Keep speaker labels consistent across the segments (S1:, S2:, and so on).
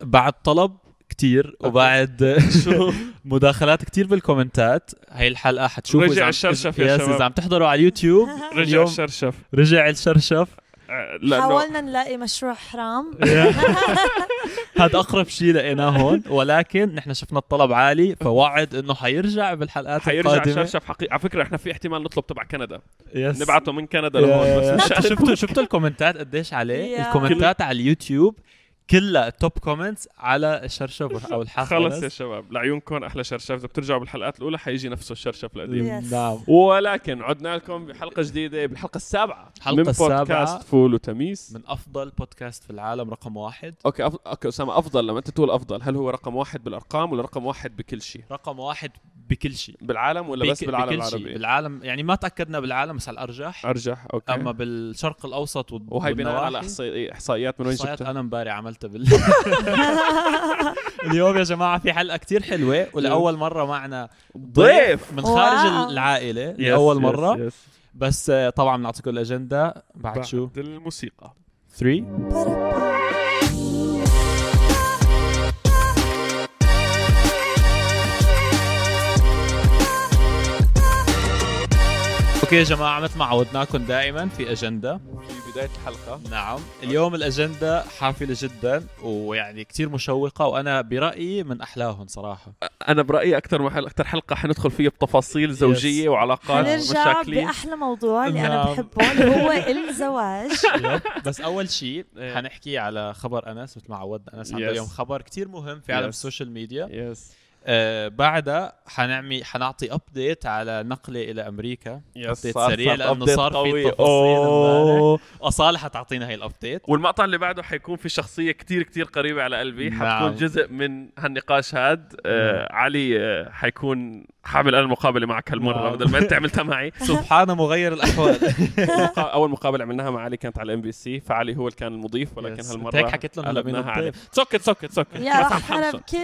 S1: بعد طلب كتير وبعد
S2: شو
S1: مداخلات كتير بالكومنتات هاي الحلقه حتشوفوا
S2: رجع
S1: إذا عم-
S2: الشرشف يا
S1: يس،
S2: شباب.
S1: اذا عم تحضروا على اليوتيوب
S2: رجع
S1: اليوم
S2: الشرشف
S1: رجع الشرشف
S2: آه، لانه
S3: حاولنا نلاقي مشروع حرام
S1: هذا اقرب شيء لقيناه هون ولكن نحن شفنا الطلب عالي فوعد انه حيرجع بالحلقات
S2: حيرجع
S1: القادمه
S2: الشرشف حقيقي على فكره احنا في احتمال نطلب تبع كندا
S1: يس.
S2: نبعته من كندا لهون بس
S1: يا-
S2: مش عارف.
S1: شفتوا شفتوا الكومنتات قديش عليه
S3: يا.
S1: الكومنتات على اليوتيوب كلها توب كومنتس على الشرشف او الحلقه
S2: خلص يا
S1: بس.
S2: شباب لعيونكم احلى شرشف اذا بترجعوا بالحلقات الاولى حيجي نفسه الشرشف القديم
S3: Yes.
S1: نعم
S2: ولكن عدنا لكم بحلقه جديده بالحلقه السابعه
S1: الحلقة
S2: من
S1: السابعة.
S2: بودكاست فول وتميس
S1: من افضل بودكاست في العالم رقم واحد
S2: اوكي أف... اوكي اسامه افضل لما انت تقول افضل هل هو رقم واحد بالارقام ولا رقم واحد بكل شيء
S1: رقم واحد بكل شيء
S2: بالعالم ولا بس
S1: بك-
S2: بالعالم
S1: بكل شيء.
S2: العربي
S1: بالعالم يعني ما تاكدنا بالعالم بس على الارجح
S2: ارجح اوكي
S1: اما بالشرق الاوسط وال-
S2: وهي بناء على
S1: والنواحي،
S2: احصائي احصائيات من وين
S1: إحصائيات
S2: جبتها؟
S1: انا امبارح عملتها بال اليوم يا جماعه في حلقه كتير حلوه ولاول مره معنا
S2: ضيف
S1: من خارج
S3: واو.
S1: العائله
S2: يس،
S1: لاول
S2: يس،
S1: مره
S2: يس.
S1: بس آه، طبعا بنعطيكم الاجنده بعد شو
S2: بعد الموسيقى
S1: 3 اوكي يا جماعه مثل ما عودناكم دائما في اجنده
S2: في بدايه الحلقه
S1: نعم اليوم الاجنده حافله جدا ويعني كتير مشوقه وانا برايي من احلاهم صراحه
S2: انا برايي اكثر محل اكثر حلقه حندخل فيها بتفاصيل زوجيه وعلاقات
S3: هنرجع
S2: ومشاكل
S3: باحلى موضوع اللي انا
S1: نعم.
S3: بحبه اللي هو الزواج
S1: بس اول شيء
S2: إيه.
S1: حنحكي على خبر انس مثل ما عودنا انس عنده
S2: Yes.
S1: اليوم خبر كتير مهم في عالم
S2: Yes.
S1: السوشيال ميديا
S2: يس
S1: آه بعدها حنعمل حنعطي ابديت على نقله الى امريكا
S2: يس
S1: update سريع لانه صار في تفاصيل امبارح اصاله حتعطينا هي الابديت
S2: والمقطع اللي بعده حيكون في شخصية كتير كتير قريبة على قلبي
S1: نعم.
S2: حتكون جزء من هالنقاش هاد آه علي آه حيكون حعمل أنا المقابلة معك هالمرة
S1: نعم.
S2: بدل ما أنت عملتها معي
S1: سبحان مغير الاحوال
S2: مقا- أول مقابلة عملناها مع علي كانت على الام بي سي فعلي هو اللي كان المضيف ولكن
S1: Yes.
S2: هالمرة
S1: أنت هيك حكيت لهم هلا مين
S2: قلبناها علي
S1: الضيف.
S2: سكت سكت سكت
S3: يا
S2: ما
S3: رح انا
S2: حنحمسن.
S3: بكل
S1: بتكون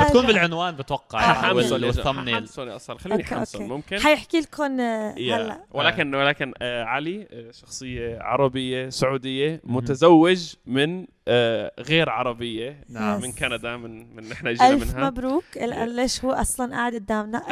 S3: المفاجأة
S1: بالعنوان بتوقع
S3: آه،
S1: يعني،
S2: حنحمسن
S1: وال-
S2: يا جماعة.
S1: والثمنيل
S2: حنحمسن أصلا خليني
S3: أوكي،
S2: حمسن
S3: أوكي.
S2: ممكن
S3: حيحكي لكم آه،
S2: يا.
S3: هلا
S2: ولكن ولكن آه علي آه شخصية عربية سعودية متزوج من آه غير عربية
S1: نعم
S3: Yes.
S2: من كندا من من نحن جينا
S3: ألف
S2: منها
S3: مبروك ال- ليش هو أصلا قاعد قدامنا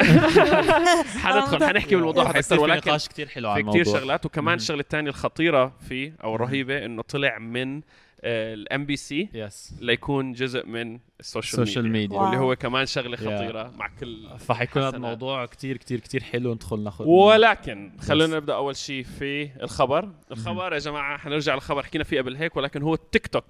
S2: حندخل حنحكي بالموضوع هذا
S1: حيصير
S2: اكثر
S1: إيه، في
S2: ولكن
S1: نقاش كثير حلو عن
S2: في كثير
S1: الموضوع
S2: شغلات وكمان الشغله الثانيه الخطيره فيه او الرهيبه انه طلع من آه، الام بي سي
S1: يس
S2: ليكون جزء من
S1: السوشيال
S2: السوشيال ميديا
S1: ميديا
S3: واو.
S2: واللي هو كمان شغله خطيره مع كل
S1: فحيكون هذا
S2: حسناً.
S1: الموضوع كثير كثير كثير حلو ندخل ناخذ
S2: ولكن خلونا نبدا اول شيء في الخبر الخبر يا جماعه حنرجع للخبر حكينا فيه قبل هيك ولكن هو التيك توك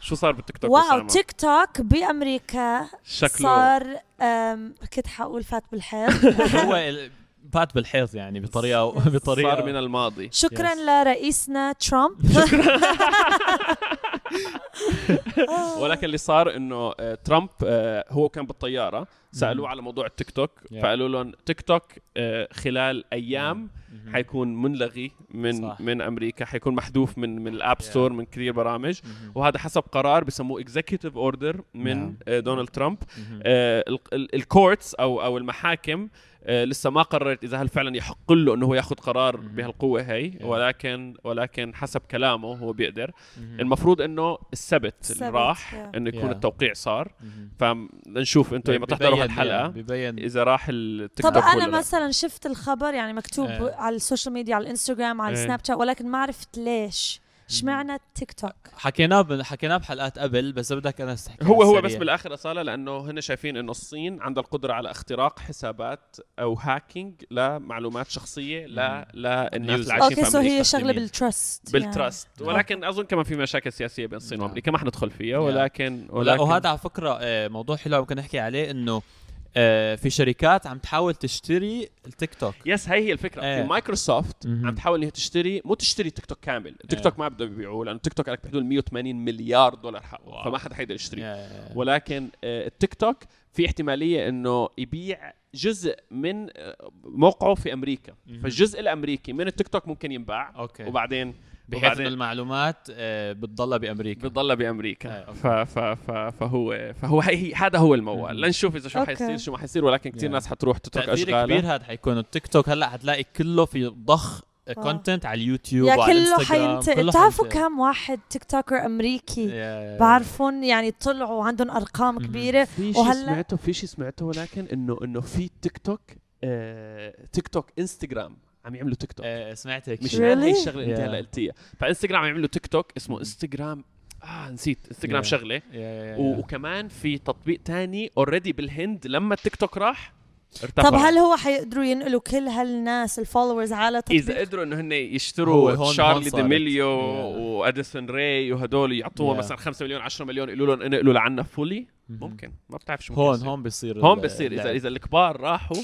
S2: شو صار بالتيك توك
S3: واو
S2: أسامة؟
S3: تيك توك بأمريكا
S2: شكله
S3: صار أم، كنت حقول فات بالحيط
S1: هو ال- فات بالحيط يعني بطريقه
S3: Yes.
S1: بطريقه
S2: صار من الماضي
S3: شكرا
S1: Yes.
S3: لرئيسنا ترامب آه.
S2: ولكن اللي صار انه آه، ترامب آه، هو كان بالطياره سالوه على موضوع التيك توك
S1: Yeah.
S2: فقالوا لهم تيك توك آه، خلال ايام حيكون منلغي من
S1: صح.
S2: من امريكا حيكون محذوف من من الاب
S1: Yeah.
S2: ستور من كثير برامج
S1: مهم.
S2: وهذا حسب قرار بسموه اكزيكتيف اوردر من
S1: نعم.
S2: آه، دونالد ترامب
S1: مهم.
S2: آه، الكورتس او او المحاكم آه، لسه ما قررت اذا هل فعلا يحق له انه هو ياخذ قرار
S1: مهم.
S2: بهالقوه هي
S1: Yeah.
S2: ولكن ولكن حسب كلامه هو بيقدر
S1: مهم.
S2: المفروض انه السبت اللي
S3: السبت،
S2: راح
S3: yeah.
S2: انه يكون
S1: Yeah.
S2: التوقيع صار
S1: مهم.
S2: فنشوف انتم لما تحضروا
S1: ببين-
S2: هالحلقه
S1: ببين
S2: اذا راح التيك توك
S3: طب انا
S2: ولا لا.
S3: مثلا شفت الخبر يعني مكتوب
S1: إيه.
S3: على السوشيال ميديا على الانستغرام على
S2: إيه.
S3: السناب شات ولكن ما عرفت ليش اشمعنى التيك توك
S1: حكيناه ب- حكيناه بحلقات قبل بس بدك انا استحكي
S2: هو هو بس بالاخر اصاله لانه هن شايفين انه الصين عندها القدره على اختراق حسابات او هاكينج لمعلومات شخصيه ل للناس
S1: Users.
S2: اللي عايشين
S3: اوكي
S2: في
S3: سو هي
S2: امريكا
S3: شغله
S1: مستخدمين.
S3: بالترست يعني.
S2: بالتراست ولكن اظن كمان في مشاكل سياسيه بين الصين
S1: نعم.
S2: وامريكا ما حندخل فيها
S1: نعم.
S2: ولكن
S1: لا
S2: ولكن
S1: وهذا على فكره آه، موضوع حلو ممكن نحكي عليه انه آه، في شركات عم تحاول تشتري التيك توك
S2: يس هي هي الفكره
S1: إيه.
S2: آه. مايكروسوفت
S1: مهم.
S2: عم تحاول انها تشتري مو تشتري تيك توك كامل
S1: إيه.
S2: تيك توك ما بده يبيعوه لانه تيك توك قالك بحدود 180 مليار دولار حقه فما حدا حيقدر يشتريه
S1: آه،
S2: ولكن آه، التيك توك في احتماليه انه يبيع جزء من آه، موقعه في امريكا
S1: مهم.
S2: فالجزء الامريكي من التيك توك ممكن ينباع
S1: اوكي
S2: وبعدين
S1: بحيث انه
S2: وبعدين
S1: المعلومات آه، بتضلها بامريكا
S2: بتضلها
S1: إيه،
S2: بامريكا
S1: أوكي.
S2: ف ف ف فهو فهو هي هي- هذا هو الموال
S1: مهم.
S2: لنشوف اذا شو
S3: أوكي.
S2: حيصير شو ما حيصير ولكن كثير
S1: Yeah.
S2: ناس حتروح تترك
S1: تاثير كبير
S2: اشغالها
S1: هذا حيكون التيك توك هلا حتلاقي كله في ضخ كونتنت على اليوتيوب
S3: آه. يا
S1: وعلى
S3: كله
S1: الانستغرام
S3: حينتهي بتعرفوا كم واحد تيك توكر
S2: إيه.
S3: امريكي
S1: بعرف
S3: بعرفهم يعني طلعوا عندهم ارقام
S1: مم.
S3: كبيره
S2: في شيء
S3: وهلا-
S2: سمعته في شيء سمعته ولكن انه انه في تيك توك آه تيك توك انستغرام عم يعملوا تيك توك
S1: سمعت هيك
S2: آه، مش
S1: شيء.
S2: هاي
S3: Really؟
S2: الشغله اللي انت
S1: Yeah.
S2: هلا قلتيها فانستغرام عم يعملوا تيك توك اسمه انستغرام اه نسيت انستغرام
S1: Yeah.
S2: شغله
S1: يا- يا- يا.
S2: و- وكمان في تطبيق تاني اوريدي بالهند لما التيك توك راح ارتفع
S3: طب هل هو حيقدروا ينقلوا كل هالناس الفولورز على
S2: اذا
S3: تطبيق
S2: قدروا انه هن
S1: هو
S2: يشتروا
S1: هون- هون
S2: تشارلي
S1: صارت.
S2: ديميليو
S1: Yeah.
S2: واديسون راي وهدول يعطوها
S1: Yeah.
S2: مثلا 5 مليون 10 مليون يقولوا لهم انقلوا لعنا فولي
S1: مهم.
S2: ممكن ما بتعرف شو
S1: هون
S2: يصير.
S1: هون بصير
S2: هون
S1: ال-
S2: بصير اذا
S1: اللعب.
S2: اذا الكبار راحوا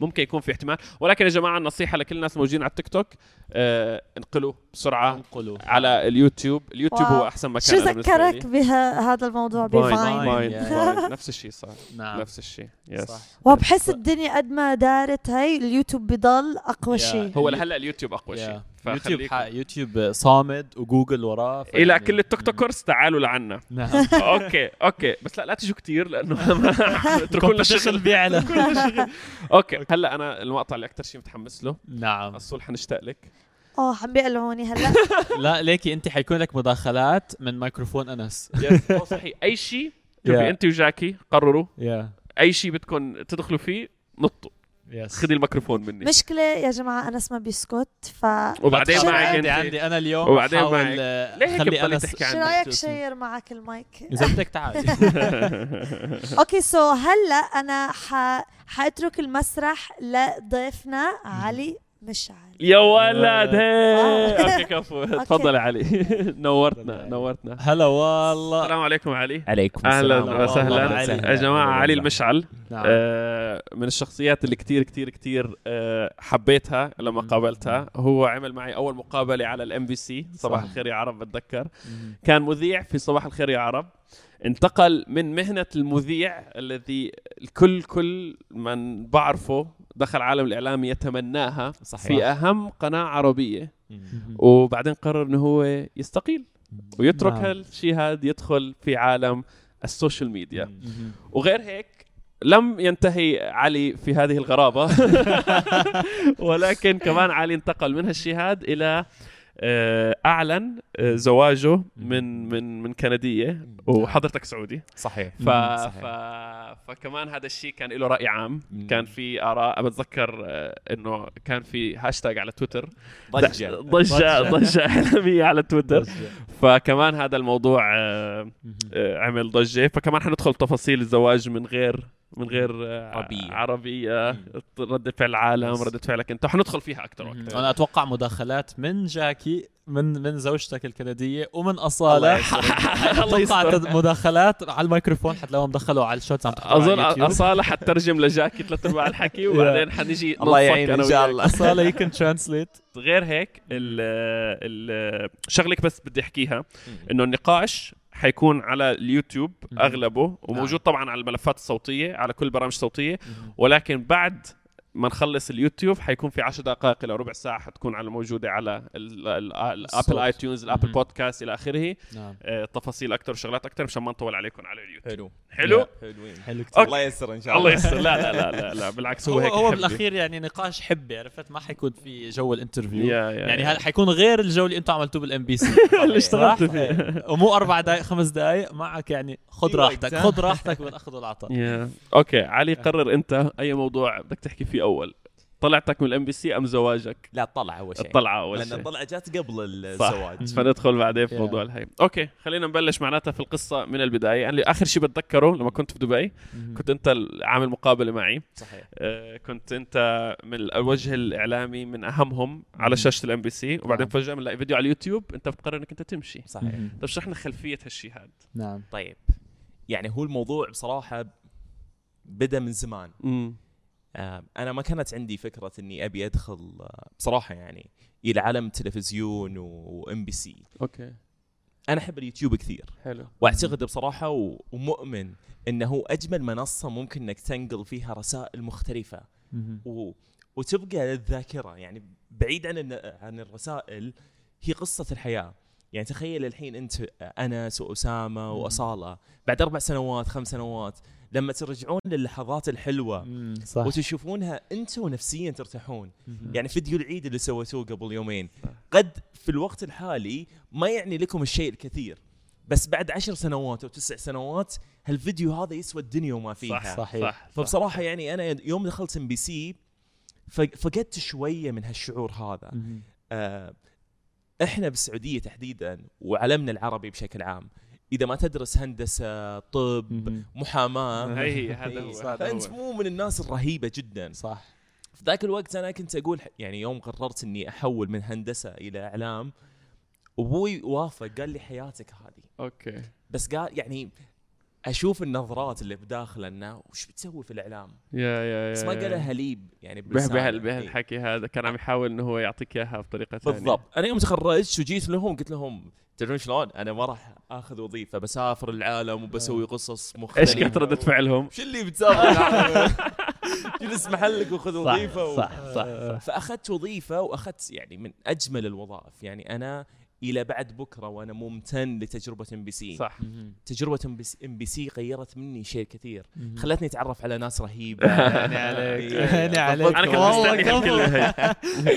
S2: ممكن يكون في احتمال ولكن يا جماعه النصيحه لكل الناس الموجودين على التيك توك آه انقلوا بسرعه
S1: انقلوا
S2: على اليوتيوب اليوتيوب
S3: واو.
S2: هو احسن مكان
S3: شو
S2: أنا بالنسبة
S3: ذكرك
S2: لي.
S3: بهذا الموضوع
S2: فاين
S1: Vine.
S3: بفاين
S2: فاين
S1: Yeah.
S2: فاين. نفس الشيء صار
S1: نعم
S2: نفس الشيء يس
S1: صح.
S3: وبحس الدنيا قد ما دارت هي اليوتيوب بضل اقوى
S1: Yeah.
S3: شيء
S2: هو لهلا اليوتيوب اقوى شيء
S1: يا. يوتيوب
S2: فخليكم
S1: حق- يوتيوب صامد وجوجل وراه
S2: الى
S1: فيعني-
S2: كل التيك توكرز تعالوا لعنا
S1: نعم
S2: اوكي اوكي بس لا لا تجوا كثير لانه ما- اتركوا لنا
S1: Competition
S2: شغل
S1: بيعلى
S2: اوكي هلا انا المقطع اللي اكثر شيء متحمس له
S1: نعم
S2: الصول حنشتاق لك
S3: اه عم بيقلعوني هلا
S1: لا ليكي انت حيكون لك مداخلات من ميكروفون انس
S2: يس أو صحيح اي شيء
S1: Yeah.
S2: شوفي انت وجاكي قرروا
S1: يا
S2: اي شيء بدكم تدخلوا فيه نطوا
S1: يس
S2: خذي الميكروفون مني
S3: مشكله يا جماعه انس ما بيسكت ف
S2: وبعدين
S3: شو
S2: معك
S1: عندي
S2: انت
S1: عندي انا اليوم
S2: وبعدين
S1: بحاول،
S2: معك.
S1: آه،
S2: ليه هيك
S1: خلي
S2: بتضلي
S1: انس
S2: تحكي
S3: شو
S2: عندك
S3: رايك
S1: اسم.
S3: شير معك المايك
S1: اذا بدك تعال
S3: اوكي سو هلا انا ح... حاترك المسرح لضيفنا علي مشعل
S2: يا ولد هي.
S3: آه.
S2: اوكي كفو تفضلي علي نورتنا نورتنا
S1: هلا والله
S2: السلام عليكم علي
S4: عليكم
S2: اهلا
S4: السلام.
S1: والله
S2: وسهلا
S1: علي.
S2: يا جماعه علي المشعل
S1: نعم
S2: آه، من الشخصيات اللي كتير كتير كتير آه، حبيتها لما قابلتها هو عمل معي اول مقابله على الام بي سي صباح
S1: صح.
S2: الخير يا عرب بتذكر كان مذيع في صباح الخير يا عرب انتقل من مهنه المذيع الذي الكل كل من بعرفه دخل عالم الاعلام يتمناها
S4: صحيح.
S2: في اهم قناه عربيه
S4: مم.
S2: وبعدين قرر انه هو يستقيل ويترك
S1: نعم.
S2: هالشيء هذا يدخل في عالم السوشيال ميديا
S1: مهم.
S2: وغير هيك لم ينتهي علي في هذه الغرابة ولكن كمان علي انتقل من هالشهاد إلى آه، أعلن آه، زواجه من من من كندية وحضرتك سعودي
S4: صحيح
S2: ف... ف...
S4: صحيح.
S2: فكمان هذا الشيء كان له رأي عام
S4: مم.
S2: كان في آراء بتذكر آه، إنه كان في هاشتاج على تويتر
S4: ضجه
S2: ضجة ضجة إعلامية على تويتر فكمان هذا الموضوع آه،
S1: مهم.
S2: آه، عمل ضجه فكمان حندخل تفاصيل الزواج من غير من غير آه،
S4: عربية.
S2: عربيه
S4: مم.
S2: رده فعل العالم
S1: بس.
S2: رده فعلك انت حندخل فيها اكثر
S1: مهم.
S2: واكثر
S1: انا اتوقع مداخلات من جاكي من من زوجتك الكنديه ومن
S2: الله
S1: اصاله
S2: الله
S1: اتوقع
S2: يستر.
S1: تد- مداخلات على الميكروفون حتلاقيهم دخلوا على الشوتس عم تحكوا
S2: اظن
S1: على اليوتيوب.
S2: اصاله حترجم لجاكي ثلاث ارباع الحكي وبعدين حنيجي
S4: الله
S2: ننصك
S4: يعين
S2: أنا
S4: ان
S2: وياك.
S4: شاء الله
S1: اصاله يو كان ترانسليت
S2: غير هيك ال ال شغلك بس بدي احكيها انه النقاش حيكون على اليوتيوب
S1: مم.
S2: اغلبه وموجود طبعا على الملفات الصوتيه على كل برامج صوتيه ولكن بعد ما نخلص اليوتيوب حيكون في 10 دقائق الى ربع ساعه حتكون على موجوده على ال- ال- الابل
S1: الصوت.
S2: اي تيونز الابل
S1: مم.
S2: بودكاست الى اخره
S1: نعم
S2: آه، تفاصيل اكثر وشغلات اكثر مشان ما نطول عليكم على اليوتيوب
S4: حلو
S2: حلو
S4: حلوين
S1: حلو كتير
S4: الله ييسر ان شاء
S2: الله
S4: الله
S2: يستر لا لا لا لا, لا بالعكس
S1: هو
S2: هو هيك
S1: هو
S2: يحبني.
S1: بالاخير يعني نقاش حبي عرفت ما حيكون في جو الانترفيو
S2: يا- يا-
S1: يعني
S2: يا.
S1: هذا حيكون غير الجو اللي انتم عملتوه بالام بي سي
S2: اللي اشتغلت فيه
S1: إيه. ومو اربع دقائق خمس دقائق معك يعني خذ
S4: أيوة،
S1: راحتك
S4: exactly.
S1: خذ راحتك بالاخذ والعطاء
S2: يا. اوكي علي قرر انت اي موضوع بدك تحكي فيه اول طلعتك من الام بي سي ام زواجك
S4: لا طلع اول شيء
S2: الطلعه اول
S4: لان
S2: شيء
S4: الطلعه جات قبل
S2: صح.
S4: الزواج
S2: فندخل بعدين في
S1: Yeah.
S2: موضوع الهي اوكي خلينا نبلش معناتها في القصه من البدايه انا اخر شيء بتذكره لما كنت في دبي كنت انت عامل مقابله معي
S4: صحيح
S2: آه، كنت انت من الوجه الاعلامي من اهمهم على شاشه الام بي سي وبعدين
S4: نعم.
S2: فجاه بنلاقي فيديو على اليوتيوب انت بتقرر انك انت تمشي
S4: صحيح
S2: طب شرحنا خلفيه هالشيء هذا
S1: Mm-hmm. نعم
S4: طيب يعني هو الموضوع بصراحه بدا من زمان
S2: امم
S4: آه، انا ما كانت عندي فكره اني ابي ادخل آه، بصراحه يعني الى عالم التلفزيون وام بي سي
S2: اوكي
S4: انا احب اليوتيوب كثير
S2: حلو
S4: واعتقد بصراحه و- ومؤمن انه اجمل منصه ممكن انك تنقل فيها رسائل مختلفه
S1: Mm-hmm.
S4: و... وتبقى للذاكره يعني بعيد عن الن- عن الرسائل هي قصه الحياه يعني تخيل الحين انت انس واسامه واصاله بعد اربع سنوات خمس سنوات لما ترجعون للحظات الحلوه
S1: صح
S4: وتشوفونها انتم نفسيا ترتاحون يعني فيديو العيد اللي سويتوه قبل يومين قد في الوقت الحالي ما يعني لكم الشيء الكثير بس بعد عشر سنوات او تسع سنوات هالفيديو هذا يسوى الدنيا وما فيها
S1: صح
S2: صح
S1: صح
S4: فبصراحه يعني انا يوم دخلت ام بي سي فقدت شويه من هالشعور
S1: Mm-hmm.
S4: هذا آه، احنا بالسعوديه تحديدا وعلمنا العربي بشكل عام اذا ما تدرس هندسه طب محاماه
S2: هي هي هذا هو
S4: إيه،
S2: هذا
S4: فانت
S2: هو.
S4: مو من الناس الرهيبه جدا
S1: صح
S4: في ذاك الوقت انا كنت اقول ح- يعني يوم قررت اني احول من هندسه الى اعلام ابوي وافق قال لي حياتك هذه
S2: اوكي
S4: بس قال يعني اشوف النظرات اللي بداخله انه وش بتسوي في الاعلام
S2: يا يا يا
S4: بس ما
S2: يا.
S4: قالها هليب يعني
S2: به
S4: بلسانه.
S2: به
S4: إيه.
S2: به الحكي هذا كان عم يحاول انه هو يعطيك اياها بطريقه ثانيه
S4: بالضبط
S1: يعني.
S4: انا يوم تخرجت وجيت لهم قلت لهم تدرون شلون انا ما راح اخذ وظيفه بسافر العالم وبسوي
S1: آه.
S4: قصص
S2: ايش
S4: مختلفه
S2: كانت رده فعلهم؟
S4: شو اللي بتسافر العالم؟ جلس محلك وخذ وظيفه و...
S1: صح صح صح
S4: فاخذت وظيفه واخذت يعني من اجمل الوظائف يعني انا الى بعد بكره وانا ممتن لتجربه ام بي سي
S2: صح
S4: تجربه ام بي سي غيرت مني شيء كثير
S1: مهم.
S4: خلتني اتعرف على ناس يعني رهيبه
S1: هاني يعني عليك هاني عليك
S2: انا كنت
S1: والله
S2: مستني
S1: قبل.
S2: الحكي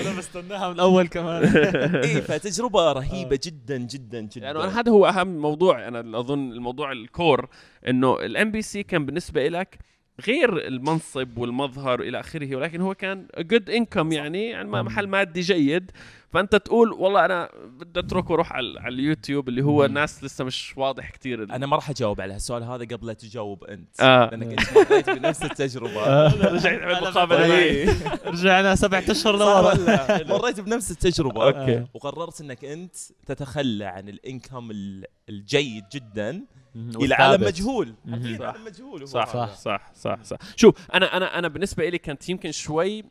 S1: انا مستناها من اول كمان
S4: اي فتجربه رهيبه جدا جدا جدا
S2: لانه آه. يعني أنا هذا هو اهم موضوع انا اظن الموضوع الكور انه الام بي سي كان بالنسبه لك غير المنصب والمظهر الى اخره ولكن هو كان جود انكم يعني يعني ما- محل مادي جيد فانت تقول والله انا بدي اترك واروح على على اليوتيوب اللي هو الناس لسه مش واضح كثير
S4: انا ما راح اجاوب على هالسؤال هذا قبل لا تجاوب انت
S2: آه.
S4: لانك انت مريت بنفس التجربه
S2: رجعت عملت مقابله معي.
S1: رجعنا سبعة اشهر
S4: صح
S1: لورا
S4: ولا؟ مريت بنفس التجربه
S2: آه.
S1: أوكي.
S4: وقررت انك انت تتخلى عن الانكم ال- الجيد جدا الى
S1: والثابت.
S4: عالم مجهول اكيد
S2: صح.
S4: عالم مجهول هو
S2: صح
S4: هذا.
S2: صح صح صح صح شوف انا انا انا بالنسبه لي كانت يمكن شوي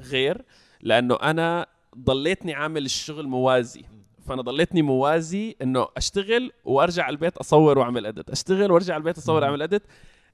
S2: غير لانه انا ضليتني عامل الشغل موازي فانا ضليتني موازي انه اشتغل وارجع على البيت اصور واعمل ادت اشتغل وارجع على البيت اصور واعمل ادت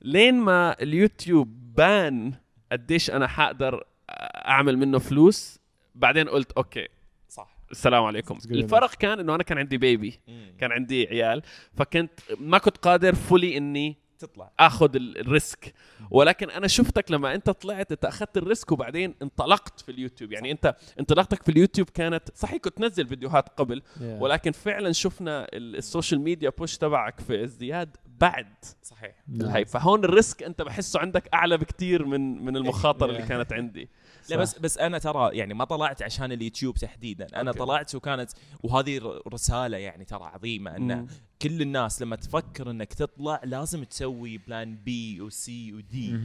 S2: لين ما اليوتيوب بان قديش انا حقدر اعمل منه فلوس بعدين قلت اوكي
S4: صح
S2: السلام عليكم
S1: It's good enough.
S2: الفرق كان انه انا كان عندي بيبي
S4: مم.
S2: كان عندي عيال فكنت ما كنت قادر فولي اني
S4: تطلع
S2: اخذ ال- الريسك ولكن انا شفتك لما انت طلعت انت اخذت الريسك وبعدين انطلقت في اليوتيوب يعني انت انطلاقتك في اليوتيوب كانت صحيح كنت تنزل فيديوهات قبل
S1: آه.
S2: ولكن فعلا شفنا ال- السوشيال ميديا بوش تبعك في ازدياد بعد
S4: صحيح
S1: نعم.
S2: الهايب فهون الريسك انت بحسه عندك اعلى بكتير من من المخاطره اللي
S1: Yeah.
S2: كانت عندي
S4: لا بس بس انا ترى يعني ما طلعت عشان اليوتيوب تحديدا انا
S2: أوكي.
S4: طلعت وكانت وهذه ر- رساله يعني ترى عظيمه ان
S2: مم.
S4: كل الناس لما تفكر انك تطلع لازم تسوي بلان بي وسي ودي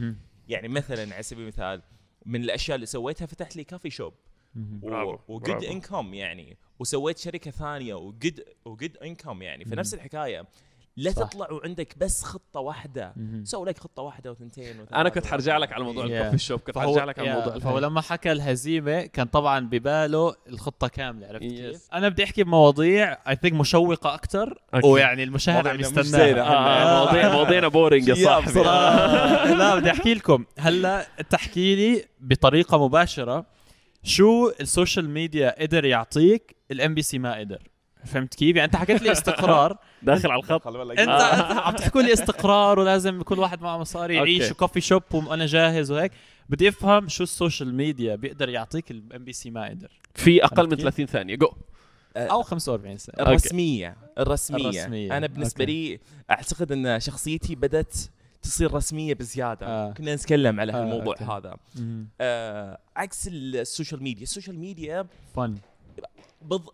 S4: يعني مثلا على سبيل المثال من الاشياء اللي سويتها فتحت لي كافي شوب
S2: برافو،
S4: وجود
S2: برافو.
S4: انكم يعني وسويت شركه ثانيه وجود وجود انكم يعني فنفس الحكايه لا
S1: صح.
S4: تطلع وعندك بس خطه واحده سوي لك خطه واحده وثنتين وثلاثة إيه.
S2: انا كنت حرجع لك على موضوع
S1: Yeah.
S2: الكوفي شوب كنت
S1: فهو
S2: حرجع لك على إيه.
S1: يا-
S2: موضوع
S1: فهو
S2: الفولم
S1: لما حكى الهزيمه كان طبعا بباله الخطه كامله عرفت
S2: Yes.
S1: كيف؟ انا بدي احكي بمواضيع اي ثينك مشوقه اكثر
S2: Okay.
S1: ويعني المشاهد عم
S4: مواضيعنا مش
S1: يستناها
S4: زينة. آه.
S2: مواضيع مواضيعنا بورينج يا صاحبي
S1: آه، لا بدي احكي لكم هلا تحكي لي بطريقه مباشره شو السوشيال ميديا قدر يعطيك الام بي سي ما قدر فهمت كيف؟ يعني انت حكيت لي استقرار
S2: داخل على الخط
S1: انت أنت عم تحكوا لي استقرار ولازم كل واحد معه مصاري يعيش
S2: أوكي.
S1: وكوفي شوب وانا جاهز وهيك بدي افهم شو السوشيال ميديا بيقدر يعطيك الام بي سي ما قدر
S2: في اقل من
S1: كيف؟
S2: 30 ثانيه جو
S1: او 45 سنه
S2: أوكي.
S4: الرسمية الرسمية
S1: الرسمية.
S4: أنا بالنسبة
S1: أوكي.
S4: لي أعتقد أن شخصيتي بدأت تصير رسمية بزيادة
S1: آه.
S4: كنا نتكلم على
S1: آه،
S4: هالموضوع
S1: أوكي.
S4: هذا آه عكس السوشيال ميديا السوشيال ميديا
S1: فن
S4: بض...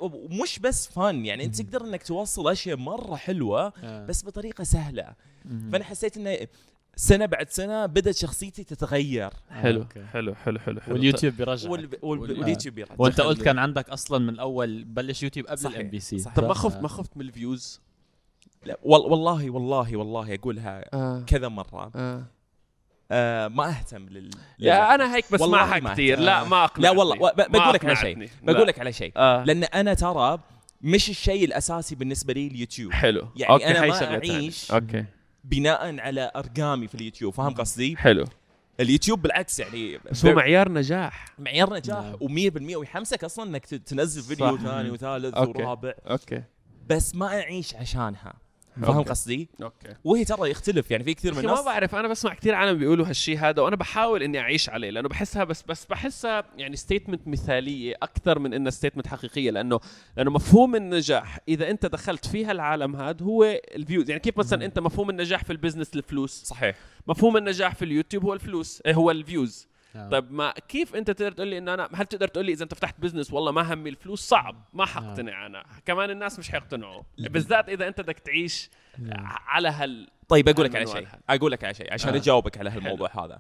S4: مش بس فن يعني أنت تقدر أنك توصل أشياء مرة
S1: آه.
S4: حلوة بس بطريقة سهلة فأنا حسيت أنه سنة بعد سنة بدأت شخصيتي تتغير
S2: حلو
S1: آه، أوكي.
S2: حلو حلو حلو حلو
S1: واليوتيوب بيرجع
S4: وال... وال...
S2: وال-
S4: واليوتيوب يرجع.
S1: وانت قلت كان عندك اصلا من الاول بلش يوتيوب قبل
S4: صحيح،
S1: الام بي سي
S4: صحيح.
S2: طب ما خفت ما خفت من الفيوز
S4: لا، وال... والله والله والله أقولها
S2: آه.
S4: كذا مرة آه ما أهتم لل...
S2: يا انا هيك
S4: والله
S2: بسمعها
S4: ما- آه.
S2: كثير لا ما اقنعتني
S4: لا والله و- ب-
S2: ما
S4: بقول لك على
S2: أقنعتني.
S4: شيء
S2: لا.
S4: بقول لك على شيء
S2: آه.
S4: لان انا ترى مش الشيء الاساسي بالنسبه لي اليوتيوب
S2: حلو
S4: يعني
S2: اوكي
S4: أنا
S2: هاي
S4: ما
S2: شغله ثانية.
S4: أعيش.
S2: اوكي
S4: بناء على ارقامي في اليوتيوب فاهم قصدي
S2: حلو
S4: اليوتيوب بالعكس يعني
S2: بس هو
S4: ب-
S2: معيار نجاح
S4: معيار نجاح
S1: نعم.
S4: و100% ويحمسك اصلا انك ت- تنزل فيديو
S2: صح.
S4: ثاني وثالث
S2: أوكي.
S4: ورابع
S2: اوكي
S4: بس ما اعيش عشانها فاهم
S2: أوكي.
S4: قصدي؟
S2: اوكي
S4: وهي ترى يختلف يعني في كثير من
S2: أخي ما
S4: الناس
S2: بعرف انا بسمع كثير عالم بيقولوا هالشيء هذا وانا بحاول اني اعيش عليه لانه بحسها بس بس بحسها يعني ستيتمنت مثاليه اكثر من انها ستيتمنت حقيقيه لانه لانه مفهوم النجاح اذا انت دخلت في هالعالم هذا هو الفيوز يعني كيف مثلا انت مفهوم النجاح في البزنس الفلوس
S4: صحيح
S2: مفهوم النجاح في اليوتيوب هو الفلوس إيه، هو الفيوز
S1: آه.
S2: طيب ما كيف انت تقدر تقول لي انه انا هل تقدر تقول لي اذا انت فتحت بزنس والله ما همي الفلوس صعب ما حقتنع انا كمان الناس مش حيقتنعوا بالذات اذا انت بدك تعيش على هال
S4: طيب اقول لك على
S2: المنوال
S4: شيء
S2: هذا.
S4: اقول لك على شيء عشان
S2: آه.
S4: اجاوبك على هالموضوع هذا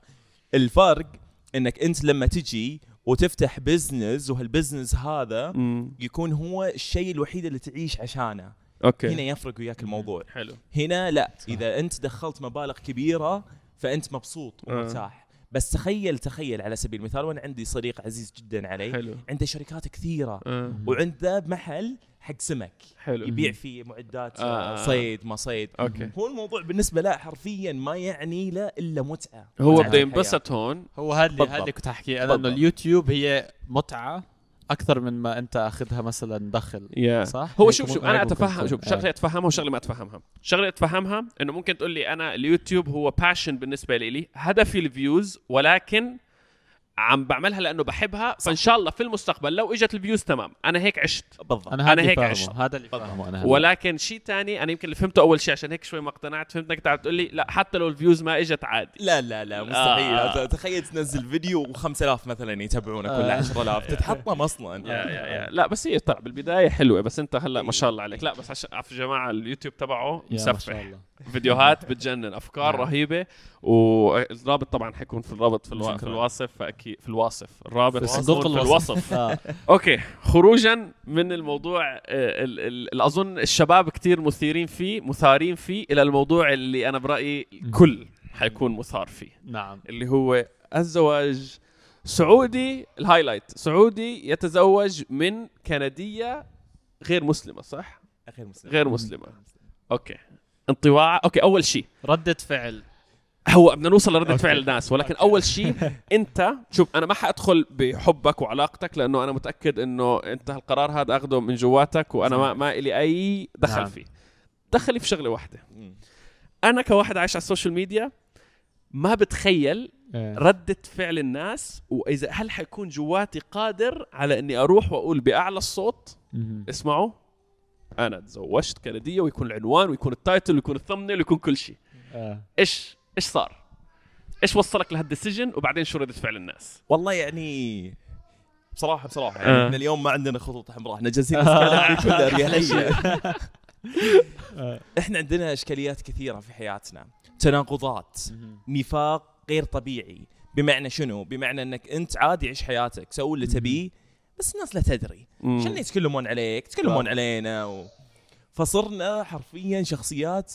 S4: الفرق انك انت لما تجي وتفتح بزنس وهالبزنس هذا يكون هو الشيء الوحيد اللي تعيش عشانه
S2: اوكي
S4: هنا يفرق وياك الموضوع
S2: حلو
S4: هنا لا اذا انت دخلت مبالغ كبيره فانت مبسوط
S2: آه.
S4: ومرتاح بس تخيل تخيل على سبيل المثال وانا عندي صديق عزيز جدا علي
S2: حلو
S4: عنده شركات كثيره
S2: آه.
S4: وعنده محل حق سمك
S2: حلو
S4: يبيع فيه معدات
S2: آه، آه،
S4: آه.
S2: آه.
S4: صيد ما صيد
S2: اوكي
S4: هو الموضوع بالنسبه له حرفيا ما يعني له الا متعه
S2: هو
S4: متعة
S2: بده
S4: الحياة.
S2: ينبسط هون
S1: هو هذا اللي
S4: بالضبط.
S1: هذا اللي كنت احكيه انا انه
S4: بالضبط.
S1: اليوتيوب هي متعه اكثر من ما انت اخذها مثلا دخل
S2: يا
S1: صح؟
S2: هو
S1: هيك
S2: شوف
S1: ممكن-
S2: شوف
S1: هيك
S2: انا
S1: ممكن
S2: اتفهم
S1: تكون.
S2: شوف
S1: آه.
S2: شغله اتفهمها وشغله ما اتفهمها شغله اتفهمها انه ممكن تقول لي انا اليوتيوب هو باشن بالنسبه لي هدفي الفيوز ولكن عم بعملها لانه بحبها فان شاء الله في المستقبل لو اجت الفيوز تمام انا هيك عشت
S4: بالضبط
S1: انا
S2: أنا
S1: هذا هيك
S2: هيك عشت.
S1: فاهمه هذا اللي فاهمه انا هلا.
S2: ولكن شيء تاني انا يمكن اللي فهمته اول شيء عشان هيك شوي ما اقتنعت فهمتك تعال تقول لي لا حتى لو الفيوز ما اجت عادي
S4: لا لا لا مستحيل
S2: آه.
S4: آه. تخيل تنزل فيديو و5000 مثلا يتابعونك ولا
S1: آه.
S4: 10000 تتحطم اصلا
S2: يا يا يا. لا بس هي طلع بالبدايه حلوه بس انت هلا ما شاء الله عليك لا بس عشان عارف يا جماعه اليوتيوب تبعه
S1: يا ما شاء
S2: مسفح
S1: الله
S2: فيديوهات بتجنن افكار
S1: نعم.
S2: رهيبه والرابط طبعا حيكون في الرابط في, الوا...
S4: شكراً.
S2: في الواصف فاكيد في الواصف الرابط
S1: في
S2: حيكون
S1: صندوق
S2: في
S1: الوصف آه.
S2: اوكي خروجا من الموضوع آه، ال- ال- ال- اظن الشباب كتير مثيرين فيه مثارين فيه الى الموضوع اللي انا برايي الكل حيكون مثار فيه
S1: نعم
S2: اللي هو الزواج سعودي الهايلايت سعودي يتزوج من كنديه غير مسلمه صح
S4: غير مسلم
S2: غير مسلمه اوكي انطواع اوكي اول شيء
S1: ردة فعل
S2: هو بدنا نوصل لردة فعل الناس ولكن اول شيء انت شوف انا ما حادخل بحبك وعلاقتك لانه انا متاكد انه انت هالقرار هذا اخذه من جواتك وانا ما ما لي اي دخل
S1: نعم.
S2: فيه دخلي في شغله واحده انا كواحد عايش على السوشيال ميديا ما بتخيل ردة فعل الناس واذا هل حيكون جواتي قادر على اني اروح واقول باعلى الصوت
S1: مهم.
S2: اسمعوا انا تزوجت كنديه ويكون العنوان ويكون التايتل ويكون الثمنيل ويكون كل شيء
S1: آه.
S2: ايش ايش صار؟ ايش وصلك لهالديسيجن وبعدين شو ردة فعل الناس؟
S4: والله يعني بصراحه بصراحه يعني
S2: آه.
S4: احنا اليوم ما عندنا خطوط حمراء احنا جالسين نتكلم بكل اريحيه احنا عندنا اشكاليات كثيره في حياتنا تناقضات
S1: مهم.
S4: نفاق غير طبيعي بمعنى شنو بمعنى انك انت عادي عيش حياتك سوي اللي تبيه بس الناس لا تدري عشان يتكلمون عليك يتكلمون
S1: آه.
S4: علينا و... فصرنا حرفيا شخصيات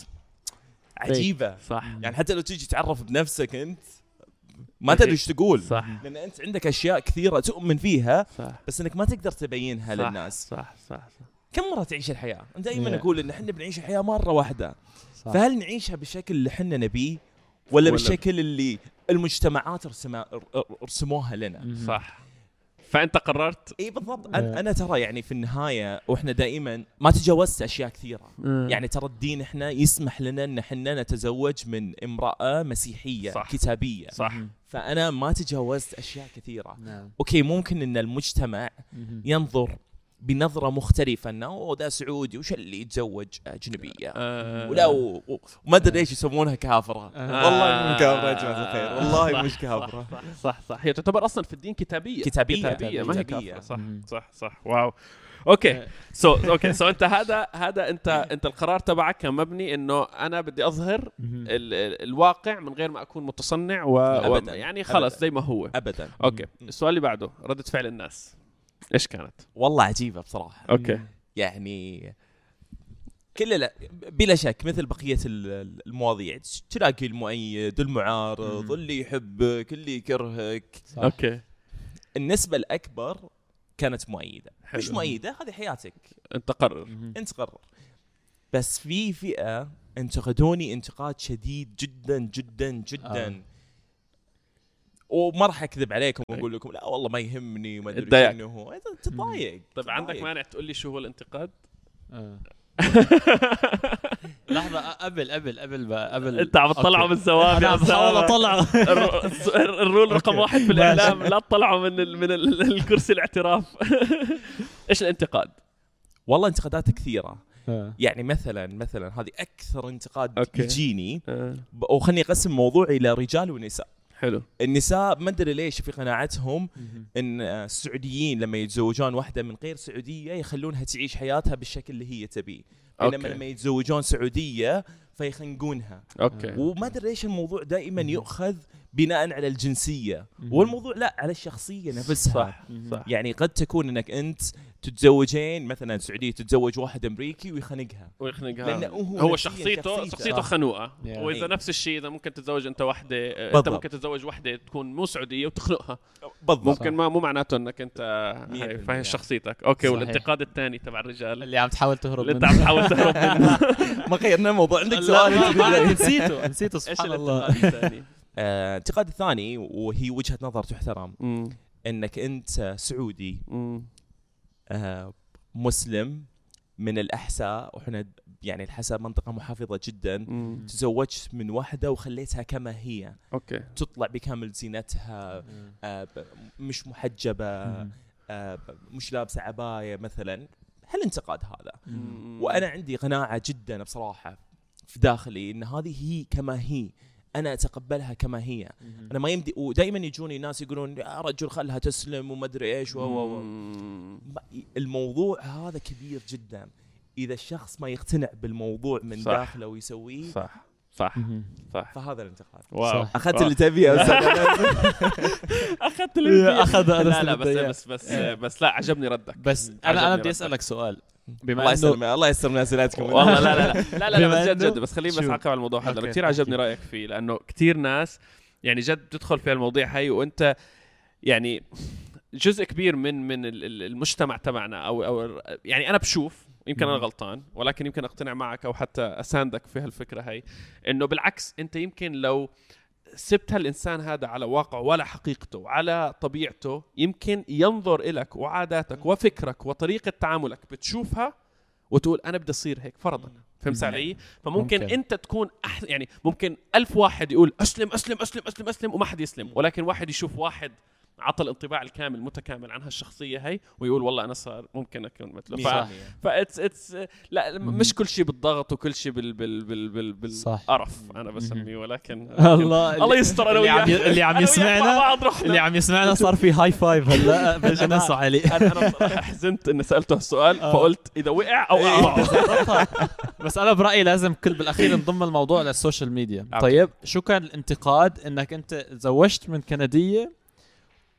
S4: عجيبه
S2: صح
S4: يعني حتى لو تيجي تعرف بنفسك انت ما تدري ايش تقول
S2: صح
S4: لان انت عندك اشياء كثيره تؤمن فيها
S2: صح
S4: بس انك ما تقدر تبينها
S2: صح،
S4: للناس
S2: صح صح صح
S4: كم مره تعيش الحياه أنا دائما
S1: Yeah.
S4: اقول ان احنا بنعيش الحياه مره واحده
S1: صح.
S4: فهل نعيشها بالشكل اللي احنا نبيه ولا
S2: ولا-
S4: بالشكل اللي المجتمعات رسما ر- رسموها لنا
S1: مهم.
S2: صح فانت قررت
S4: اي بالضبط انا انا ترى يعني في النهايه واحنا دائما ما تجاوزت اشياء كثيره يعني ترى الدين احنا يسمح لنا ان احنا نتزوج من امراه مسيحيه
S2: صح.
S4: صح. كتابيه صح.
S2: صح
S1: مهم.
S4: فانا ما تجاوزت اشياء كثيره
S1: نعم
S4: اوكي ممكن ان المجتمع
S1: مهم.
S4: ينظر بنظره مختلفه انه اوه ده سعودي وش اللي يتزوج اجنبيه
S2: آه.
S4: ولا و- و- وما ادري ليش يسمونها آه. كافره
S1: آه.
S4: والله مو كافره يا جماعه الخير والله
S2: صح،
S4: مش كافره
S2: صح صح صح هي تعتبر اصلا في الدين كتابيه
S4: كتابية.
S2: كتابيه ما هي
S4: كتابية. آه.
S2: كافرة. صح
S1: مم.
S2: صح صح واو اوكي سو اوكي سو انت هذا هذا انت انت القرار تبعك كان مبني انه انا بدي اظهر
S1: مهم.
S2: ال- ال- الواقع من غير ما اكون متصنع و... و...
S4: أبداً.
S2: يعني خلص
S4: أبداً.
S2: زي ما هو
S4: ابدا
S2: اوكي السؤال اللي بعده ردة فعل الناس ايش كانت؟
S4: والله عجيبه بصراحه
S2: اوكي
S4: يعني كل لا بلا شك مثل بقيه ال- المواضيع تلاقي المؤيد المعارض
S1: مم.
S4: اللي يحبك اللي يكرهك
S1: صح.
S2: اوكي
S4: النسبه الاكبر كانت مؤيده
S2: حلو.
S4: مش مؤيده هذه حياتك
S2: انت قرر
S1: مهم.
S4: انت قرر بس في فئه انتقدوني انتقاد شديد جدا جدا
S2: آه.
S4: جدا وما راح اكذب عليكم
S2: إيه.
S4: واقول لكم لا والله ما يهمني ما ادري
S2: اتضايق.
S4: شنو هو إيه، تتضايق
S2: طيب عندك
S4: تتضايق.
S2: مانع تقول لي شو هو الانتقاد؟
S1: آه. لحظه قبل قبل قبل قبل
S2: انت عم تطلعه من الزوال
S1: انا
S2: يا
S1: عم بحاول
S2: أسامة.
S1: اطلع
S2: الر- الس- الرول رقم
S1: أوكي.
S2: واحد في
S1: ماشي.
S2: الاعلام لا تطلعوا من ال من ال الكرسي الاعتراف ايش الانتقاد؟
S4: والله انتقادات كثيره يعني مثلا مثلا هذه اكثر انتقاد
S2: أوكي.
S4: يجيني ب- وخلني اقسم موضوعي الى رجال ونساء
S2: آه، حلو
S4: النساء ما ادري ليش في قناعتهم ان آه، السعوديين لما يتزوجون واحده من غير سعوديه يخلونها تعيش حياتها بالشكل اللي هي تبيه بينما
S2: أوكي.
S4: لما يتزوجون سعوديه فيخنقونها
S2: اوكي
S4: وما ادري ليش الموضوع دائما يؤخذ بناء على الجنسيه والموضوع لا على الشخصيه نفسها
S2: صح صح
S4: يعني قد تكون انك انت تتزوجين مثلا سعوديه تتزوج واحد امريكي ويخنقها لان
S2: ويخنقها
S4: هو
S2: هو
S4: نفسياً إيه.
S2: شخصيته شخصيته
S4: آه.
S2: خنوقه
S1: Yeah.
S2: واذا نفس الشيء اذا ممكن تتزوج انت وحده انت
S4: بالضبط.
S2: ممكن تتزوج وحده تكون مو سعوديه وتخنقها
S4: بالضبط
S2: ممكن ما مو معناته انك انت
S4: مية
S2: هاي
S4: بالمية.
S2: فاهم شخصيتك اوكي
S1: صحيح.
S2: والانتقاد الثاني تبع الرجال
S1: اللي عم تحاول تهرب
S2: اللي انت عم تحاول تهرب منه
S4: ما غيرنا الموضوع عندك
S2: لا،
S4: سؤال
S2: لا،
S4: أنت
S2: ما
S4: بدأت.
S1: منه نسيته نسيته
S2: ايش
S1: سبحان الله
S2: الانتقاد الثاني؟
S4: آه، الانتقاد الثاني وهي وجهه نظر تحترم
S2: مم.
S4: انك انت سعودي
S2: مم.
S4: آه، مسلم من الاحساء وحنا يعني الحساء منطقه محافظه جدا
S2: مم.
S4: تزوجت من واحده وخليتها كما هي
S2: اوكي
S4: تطلع بكامل زينتها آه، ب- مش محجبه آه، ب- مش لابسه عبايه مثلا هل انتقاد هذا وانا عندي قناعه جدا بصراحه في داخلي ان هذه هي كما هي انا اتقبلها كما هي انا ما يمدي ودائما يجوني ناس يقولون يا رجل خلها تسلم وما ادري ايش و و و.
S2: مم.
S4: ما- الموضوع هذا كبير جدا اذا الشخص ما يقتنع بالموضوع من
S2: صح.
S4: صح. داخله ويسويه صح.
S2: صح صح صح
S4: فهذا الانتقاد
S2: واو
S1: صح.
S4: اخذت
S2: واو.
S4: اللي تبيه يا أستاذ.
S2: اخذت
S1: اخذ
S2: لا لا بس بس بس بس لا عجبني ردك
S1: بس
S2: عجبني
S1: انا انا بدي
S2: ردك.
S1: اسالك سؤال
S4: الله
S1: بما انه
S4: يسلم الله يسلم من اسئلتكم
S2: والله لا لا لا لا, لا, لا
S1: بما
S2: بس جد
S1: إنه-
S2: جد بس خليني بس
S1: شو؟
S2: اعقب على الموضوع هذا
S1: أوكي،
S2: كثير
S1: أوكي.
S2: عجبني رايك فيه لانه كثير ناس يعني جد بتدخل في المواضيع هاي وانت يعني جزء كبير من من ال- ال- المجتمع تبعنا او او ال- يعني انا بشوف يمكن انا
S1: مم.
S2: غلطان ولكن يمكن اقتنع معك او حتى اساندك في هالفكره هاي انه بالعكس انت يمكن لو سبت هالانسان هذا على واقعه ولا حقيقته على طبيعته يمكن ينظر إلك وعاداتك وفكرك وطريقه تعاملك بتشوفها وتقول انا بدي اصير هيك فرضا فهمت
S1: مم.
S2: علي؟ فممكن
S1: ممكن.
S2: ممكن. انت تكون أح... يعني ممكن ألف واحد يقول اسلم اسلم اسلم اسلم اسلم وما حد يسلم ولكن واحد يشوف واحد عطى الانطباع الكامل متكامل عن هالشخصيه هي ويقول والله انا صار ممكن اكون مثله ف... فاتس اتس لا
S1: مم.
S2: مش كل شيء بالضغط وكل شيء بال بال بال بال بالقرف انا بسميه ولكن
S1: الله
S2: الله يستر انا
S1: اللي عم
S2: وياك
S1: ي- اللي عم
S2: أنا وياك مع
S1: يسمعنا
S2: بعض رحنا.
S1: اللي عم يسمعنا صار في هاي فايف هلا بالانس وعلي
S2: انا انا بصراحة حزنت اني سالته هالسؤال
S1: آه.
S2: فقلت اذا وقع او اعمى
S1: بس انا برايي لازم كل بالاخير نضم الموضوع للسوشيال ميديا طيب شو كان الانتقاد انك انت تزوجت من كنديه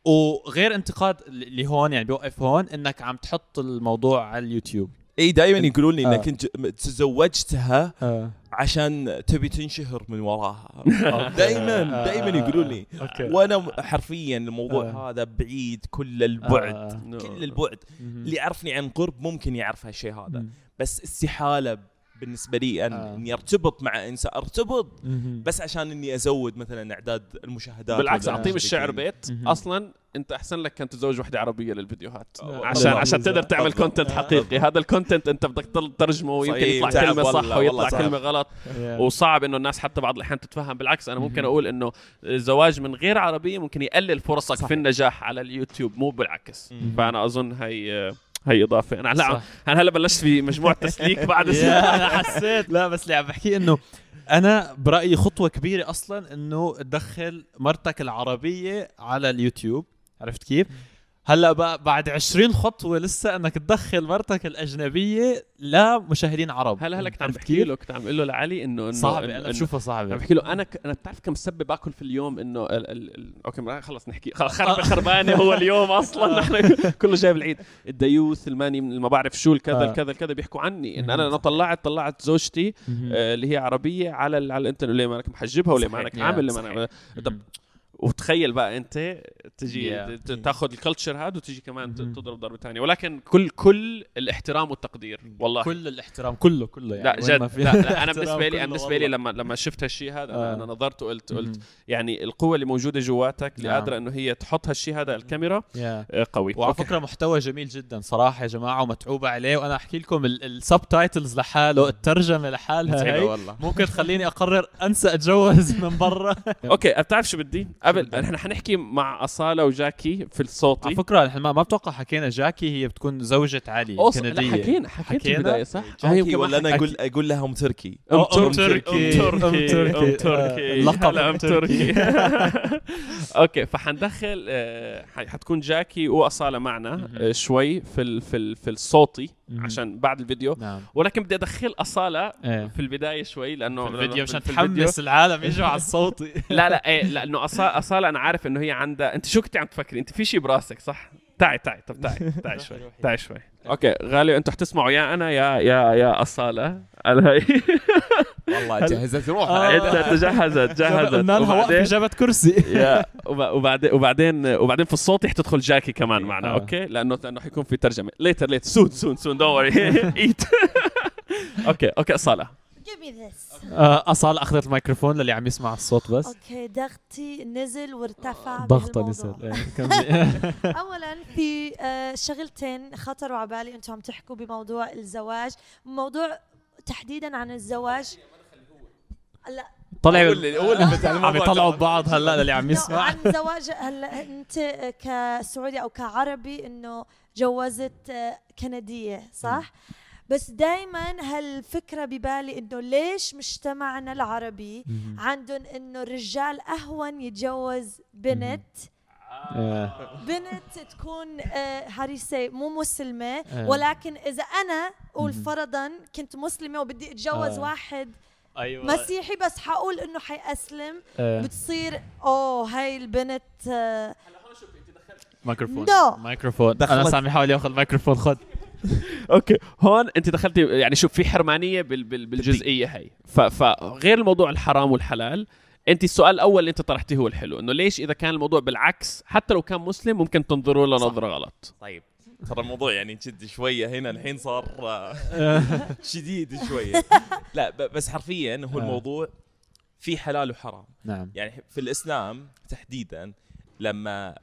S1: وغير انتقاد اللي هون يعني بيوقف هون انك عم تحط الموضوع على اليوتيوب
S4: اي دائما يقولون لي
S1: آه.
S4: انك انت ج- تزوجتها
S1: اه
S4: عشان تبي تنشهر من وراها
S1: آه.
S4: دائما دائما يقولون لي
S1: اوكي
S4: وانا حرفيا الموضوع
S1: آه.
S4: هذا بعيد كل البعد
S1: بعد
S4: كل البعد اللي يعرفني عن قرب ممكن يعرف هالشيء هذا بس استحاله بالنسبه لي ان
S1: آه.
S4: اني ارتبط مع انسان ارتبط بس عشان اني ازود مثلا اعداد المشاهدات
S2: بالعكس
S4: ولا
S2: اعطيه
S4: شيء
S2: الشعر
S4: كذي.
S2: بيت
S1: مهم.
S2: اصلا انت احسن لك كان تتزوج وحده عربيه للفيديوهات
S4: آه،
S2: عشان
S4: بالضبط.
S2: عشان تقدر تعمل
S4: بالضبط.
S2: كونتنت
S1: آه.
S2: حقيقي هذا الكونتنت انت بدك تضل تترجمه ويمكن
S4: صحيح،
S2: يطلع
S4: تعب
S2: كلمه صح
S4: والله،
S2: ويطلع
S4: والله صعب.
S2: كلمه غلط وصعب انه الناس حتى بعض الاحيان تتفهم بالعكس انا ممكن
S1: مهم.
S2: اقول انه الزواج من غير عربيه ممكن يقلل فرصك
S4: صحيح.
S2: في النجاح على اليوتيوب مو بالعكس
S4: مم.
S2: فانا اظن هي هي اضافه انا هلا انا هلا بلشت في مجموعه تسليك بعد
S1: يا انا حسيت لا بس اللي عم بحكي انه انا برايي خطوه كبيره اصلا انه تدخل مرتك العربيه على اليوتيوب عرفت كيف هلا بقى بعد 20 خطوه لسه انك تدخل مرتك الاجنبيه لمشاهدين عرب
S2: هلا هلا كنت عم
S1: عرفت
S2: بحكي
S1: كيف؟
S2: له كنت عم بقول له لعلي انه انه
S1: صعبه
S2: إنه-
S1: انا
S2: إنه-
S1: بشوفها صعبه
S2: عم بحكي له انا ك... انا بتعرف كم سبه باكل في اليوم انه ال... ال... ال... اوكي ما خلص نحكي خلص
S1: آه.
S2: خرب خربانه هو اليوم اصلا نحن كله جايب العيد الديوث الماني من- ما بعرف شو الكذا
S1: آه.
S2: الكذا الكذا بيحكوا عني ان
S1: مهم.
S2: انا انا طلعت طلعت زوجتي
S1: مهم.
S2: آه، اللي هي عربيه على ال... على الانترنت ليه ما انك محجبها وليه ما
S1: صحيح.
S2: انك عامل
S1: يا،
S2: ليه ما أنا-
S1: صحيح.
S2: طب وتخيل بقى انت تجي
S1: Yeah.
S2: ت- تاخذ الكلتشر هذا وتجي كمان ت-
S1: مهم.
S2: تضرب ضربه ثانيه ولكن كل كل الاحترام والتقدير والله
S1: كل الاحترام كله كله يعني
S2: لا
S1: وين
S2: جد
S1: ما في
S2: لا, لا انا
S1: احترام
S2: بالنسبه لي
S1: كله
S2: انا بالنسبه لي
S1: والله.
S2: لما لما شفت هالشيء هذا
S1: آه.
S2: انا, أنا نظرت وقلت قلت
S1: مهم.
S2: يعني القوه اللي موجوده جواتك اللي
S1: نعم.
S2: قادره انه هي تحط هالشيء هذا على الكاميرا
S1: Yeah.
S2: آه، قوي
S1: وعلى
S2: أوكي.
S1: فكره محتوى جميل جدا صراحه يا جماعه ومتعوبه عليه وانا احكي لكم السب تايتلز لحاله الترجمه لحالها
S4: متعبه
S1: هي
S4: والله
S1: ممكن تخليني اقرر انسى اتجوز من برا
S2: اوكي بتعرف شو بدي قبل نحن حنحكي مع اصاله وجاكي في
S1: على
S2: الصوتي
S1: فكره نحن ما ما بتوقع حكينا جاكي هي بتكون زوجة علي
S2: أوص- لا،
S1: كنديه
S2: حكينا حكينا في
S1: حكينا؟
S2: البدايه صح أيوة،
S4: جاكي
S2: كمان
S4: ولا انا
S1: حكيت.
S4: اقول اقول لها ام تركي
S2: أم
S1: أو- أم
S2: تركي
S1: تركي.
S2: أم تركي
S1: أم تركي.
S2: أم تركي
S1: لقب
S2: هلا
S1: أم
S2: أم تركي أوكي فحندخل آه، ح- حتكون جاكي وأصالة معنا
S1: مهم.
S2: آه، شوي في ال في ال في الصوتي
S1: مهم.
S2: عشان بعد الفيديو
S1: نعم
S2: ولكن بدي أدخل أصالة
S1: ايه
S2: في البداية شوي لأنه
S1: في
S2: لأنه
S1: الفيديو
S2: نعم، في-
S1: مشان
S2: في الفيديو-
S1: تحمس العالم يجوا على الصوتي
S2: لا لا ايه لانه أصالة, اصاله انا عارف انه هي عندها انت شو كنت عم تفكري انت في شيء براسك صح تعي تعي طب تعي تعي شوي تعي شوي اوكي غالي انتم حتسمعوا يا انا يا يا يا اصاله على هي
S4: والله جهزت
S1: آه.
S4: روحها
S2: انت تجهزت جهزت
S1: قلنا لها واقفه
S2: وبعدين
S1: جابت كرسي
S2: يا وب- وبعدين وبعدين وبعدين في الصوت رح تدخل جاكي كمان معنا
S1: آه.
S2: اوكي لانه لانه حيكون في ترجمه ليتر ليتر سون سون سون دونت وري ايت اوكي اوكي اصاله
S3: Give me this.
S1: آه، اصاله اخذت الميكروفون للي عم يسمع الصوت بس
S3: اوكي ضغطي نزل وارتفع
S1: ضغطه
S3: بهالموضوع.
S1: نزل إيه، كملي.
S3: اولا في آه، شغلتين خطروا على بالي انتم عم تحكوا بموضوع الزواج موضوع تحديدا عن الزواج لا
S1: طلع
S4: هو اللي- هو اللي فتح
S1: عم
S4: الموضوع.
S1: يطلعوا ببعض هلا للي عم
S3: لا،
S1: يسمع
S3: عن زواج هلا انت كسعودي او كعربي انه جوزت آه، كنديه صح بس دائما هالفكره ببالي انه ليش مجتمعنا العربي عندهم انه الرجال اهون يتجوز بنت
S1: إيه.
S3: بنت تكون آه، هريسه مو مسلمه
S1: آه.
S3: ولكن اذا انا قول
S1: مهم.
S3: فرضا كنت مسلمه وبدي اتجوز
S1: آه.
S3: واحد
S1: ايوه
S3: مسيحي بس حقول انه حيأسلم
S1: إيه.
S3: بتصير اوه هاي البنت آه،
S1: ميكروفون
S3: No.
S1: ميكروفون
S4: دخلت.
S1: انا عم يحاول ياخذ ميكروفون خذ
S2: اوكي هون انت دخلتي يعني شوف في حرمانيه بال بال بالجزئيه هي ف- فغير الموضوع الحرام والحلال انت السؤال الاول اللي انت طرحتيه هو الحلو انه ليش اذا كان الموضوع بالعكس حتى لو كان مسلم ممكن تنظروا له نظره غلط
S4: طيب ترى الموضوع يعني جد شويه هنا الحين صار آه، شديد شويه لا ب- بس حرفيا هو
S1: آه.
S4: الموضوع في حلال وحرام
S1: نعم
S4: يعني في الاسلام تحديدا لما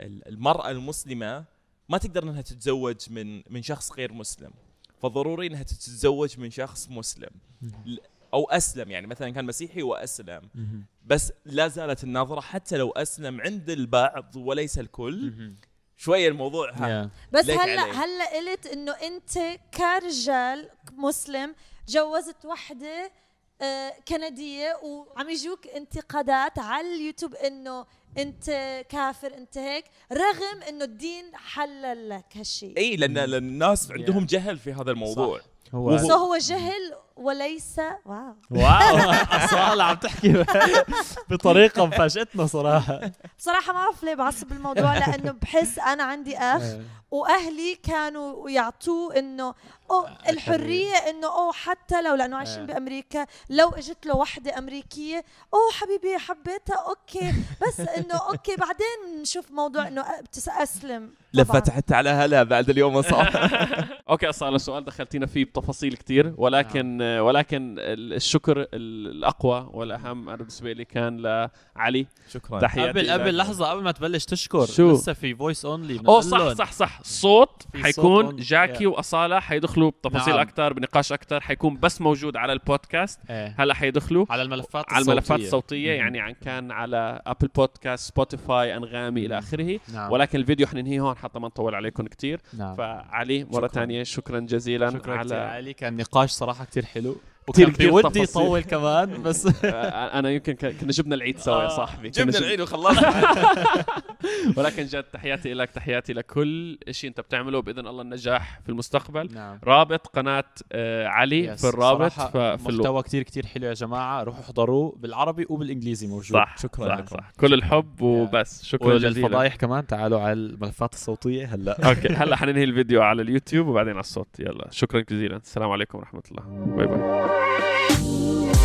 S4: ال- المراه المسلمه ما تقدر انها تتزوج من من شخص غير مسلم فضروري انها تتزوج من شخص مسلم ل- او اسلم يعني مثلا كان مسيحي واسلم بس لا زالت النظره حتى لو اسلم عند البعض وليس الكل شويه الموضوع ها
S1: Yeah.
S3: بس
S4: ليك
S3: هلا
S4: علي.
S3: هلا قلت انه انت كرجال مسلم جوزت وحده آه، كنديه وعم يجوك انتقادات على اليوتيوب انه انت كافر انت هيك رغم انه الدين حلل لك هالشيء
S4: اي لان لأن الناس عندهم جهل في هذا الموضوع
S1: هو
S3: سو هو جهل وليس واو
S1: واو اصاله عم تحكي بطريقه مفاجئتنا صراحه
S3: بصراحه ما بعرف ليه بعصب الموضوع لانه بحس انا عندي
S1: أه.
S3: اخ واهلي كانوا يعطوه انه أو الحريه انه او حتى لو لانه
S1: آه.
S3: عايشين بامريكا لو اجت له وحده امريكيه او حبيبي حبيتها اوكي بس انه اوكي بعدين نشوف موضوع انه بتس- اسلم طبعاً.
S4: لفت حتى على هلا بعد اليوم صار
S2: اوكي اصلا السؤال دخلتينا فيه بتفاصيل كتير ولكن آه.
S1: نعم.
S2: ولكن ال- الشكر ال- الاقوى والاهم انا بالنسبه لي كان لعلي
S4: شكرا
S2: تحياتي
S1: قبل
S2: لك.
S1: قبل لحظه قبل ما تبلش تشكر
S2: شو؟
S1: لسه في فويس اونلي
S2: اوه صح صح صح صوت
S1: في صوت
S2: حيكون
S1: on-
S2: جاكي واصاله حيدخلوا بتفاصيل
S1: نعم.
S2: اكثر بنقاش اكثر حيكون بس موجود على البودكاست هلا حيدخلوا
S1: إيه. على الملفات
S2: على الملفات
S1: الصوتية.
S2: الصوتيه يعني عن كان على ابل بودكاست سبوتيفاي انغامي الى اخره
S1: نعم
S2: ولكن الفيديو حننهيه هون حتى ما نطول عليكم كتير
S1: نعم
S2: فعلي مره
S1: شكراً.
S2: ثانيه شكرا جزيلا
S1: شكرا كثير
S2: على
S1: علي كان نقاش صراحه كثير حلو
S2: كتير-
S1: وكان
S2: كتير
S1: بودي
S2: تفاصيل.
S1: يطول كمان بس
S2: آه، انا يمكن ك- كنا جبنا العيد سوا يا صاحبي كنا
S4: آه، جبنا العيد وخلصنا
S2: ولكن جد تحياتي لك تحياتي لكل شيء انت بتعمله باذن الله النجاح في المستقبل
S1: نعم
S2: رابط قناه آه، علي
S1: Yes.
S2: في الرابط
S1: صراحة
S2: ففي اللو-
S1: محتوى كتير كتير حلو يا جماعه روحوا احضروه بالعربي وبالانجليزي موجود
S2: صح
S4: شكراً
S2: صح,
S4: لكم.
S2: صح كل الحب وبس شكرا جزيلا
S1: وللفضايح كمان تعالوا على الملفات الصوتيه هلا
S2: اوكي هلا حننهي الفيديو على اليوتيوب وبعدين على الصوت يلا شكرا جزيلا السلام عليكم ورحمه الله باي باي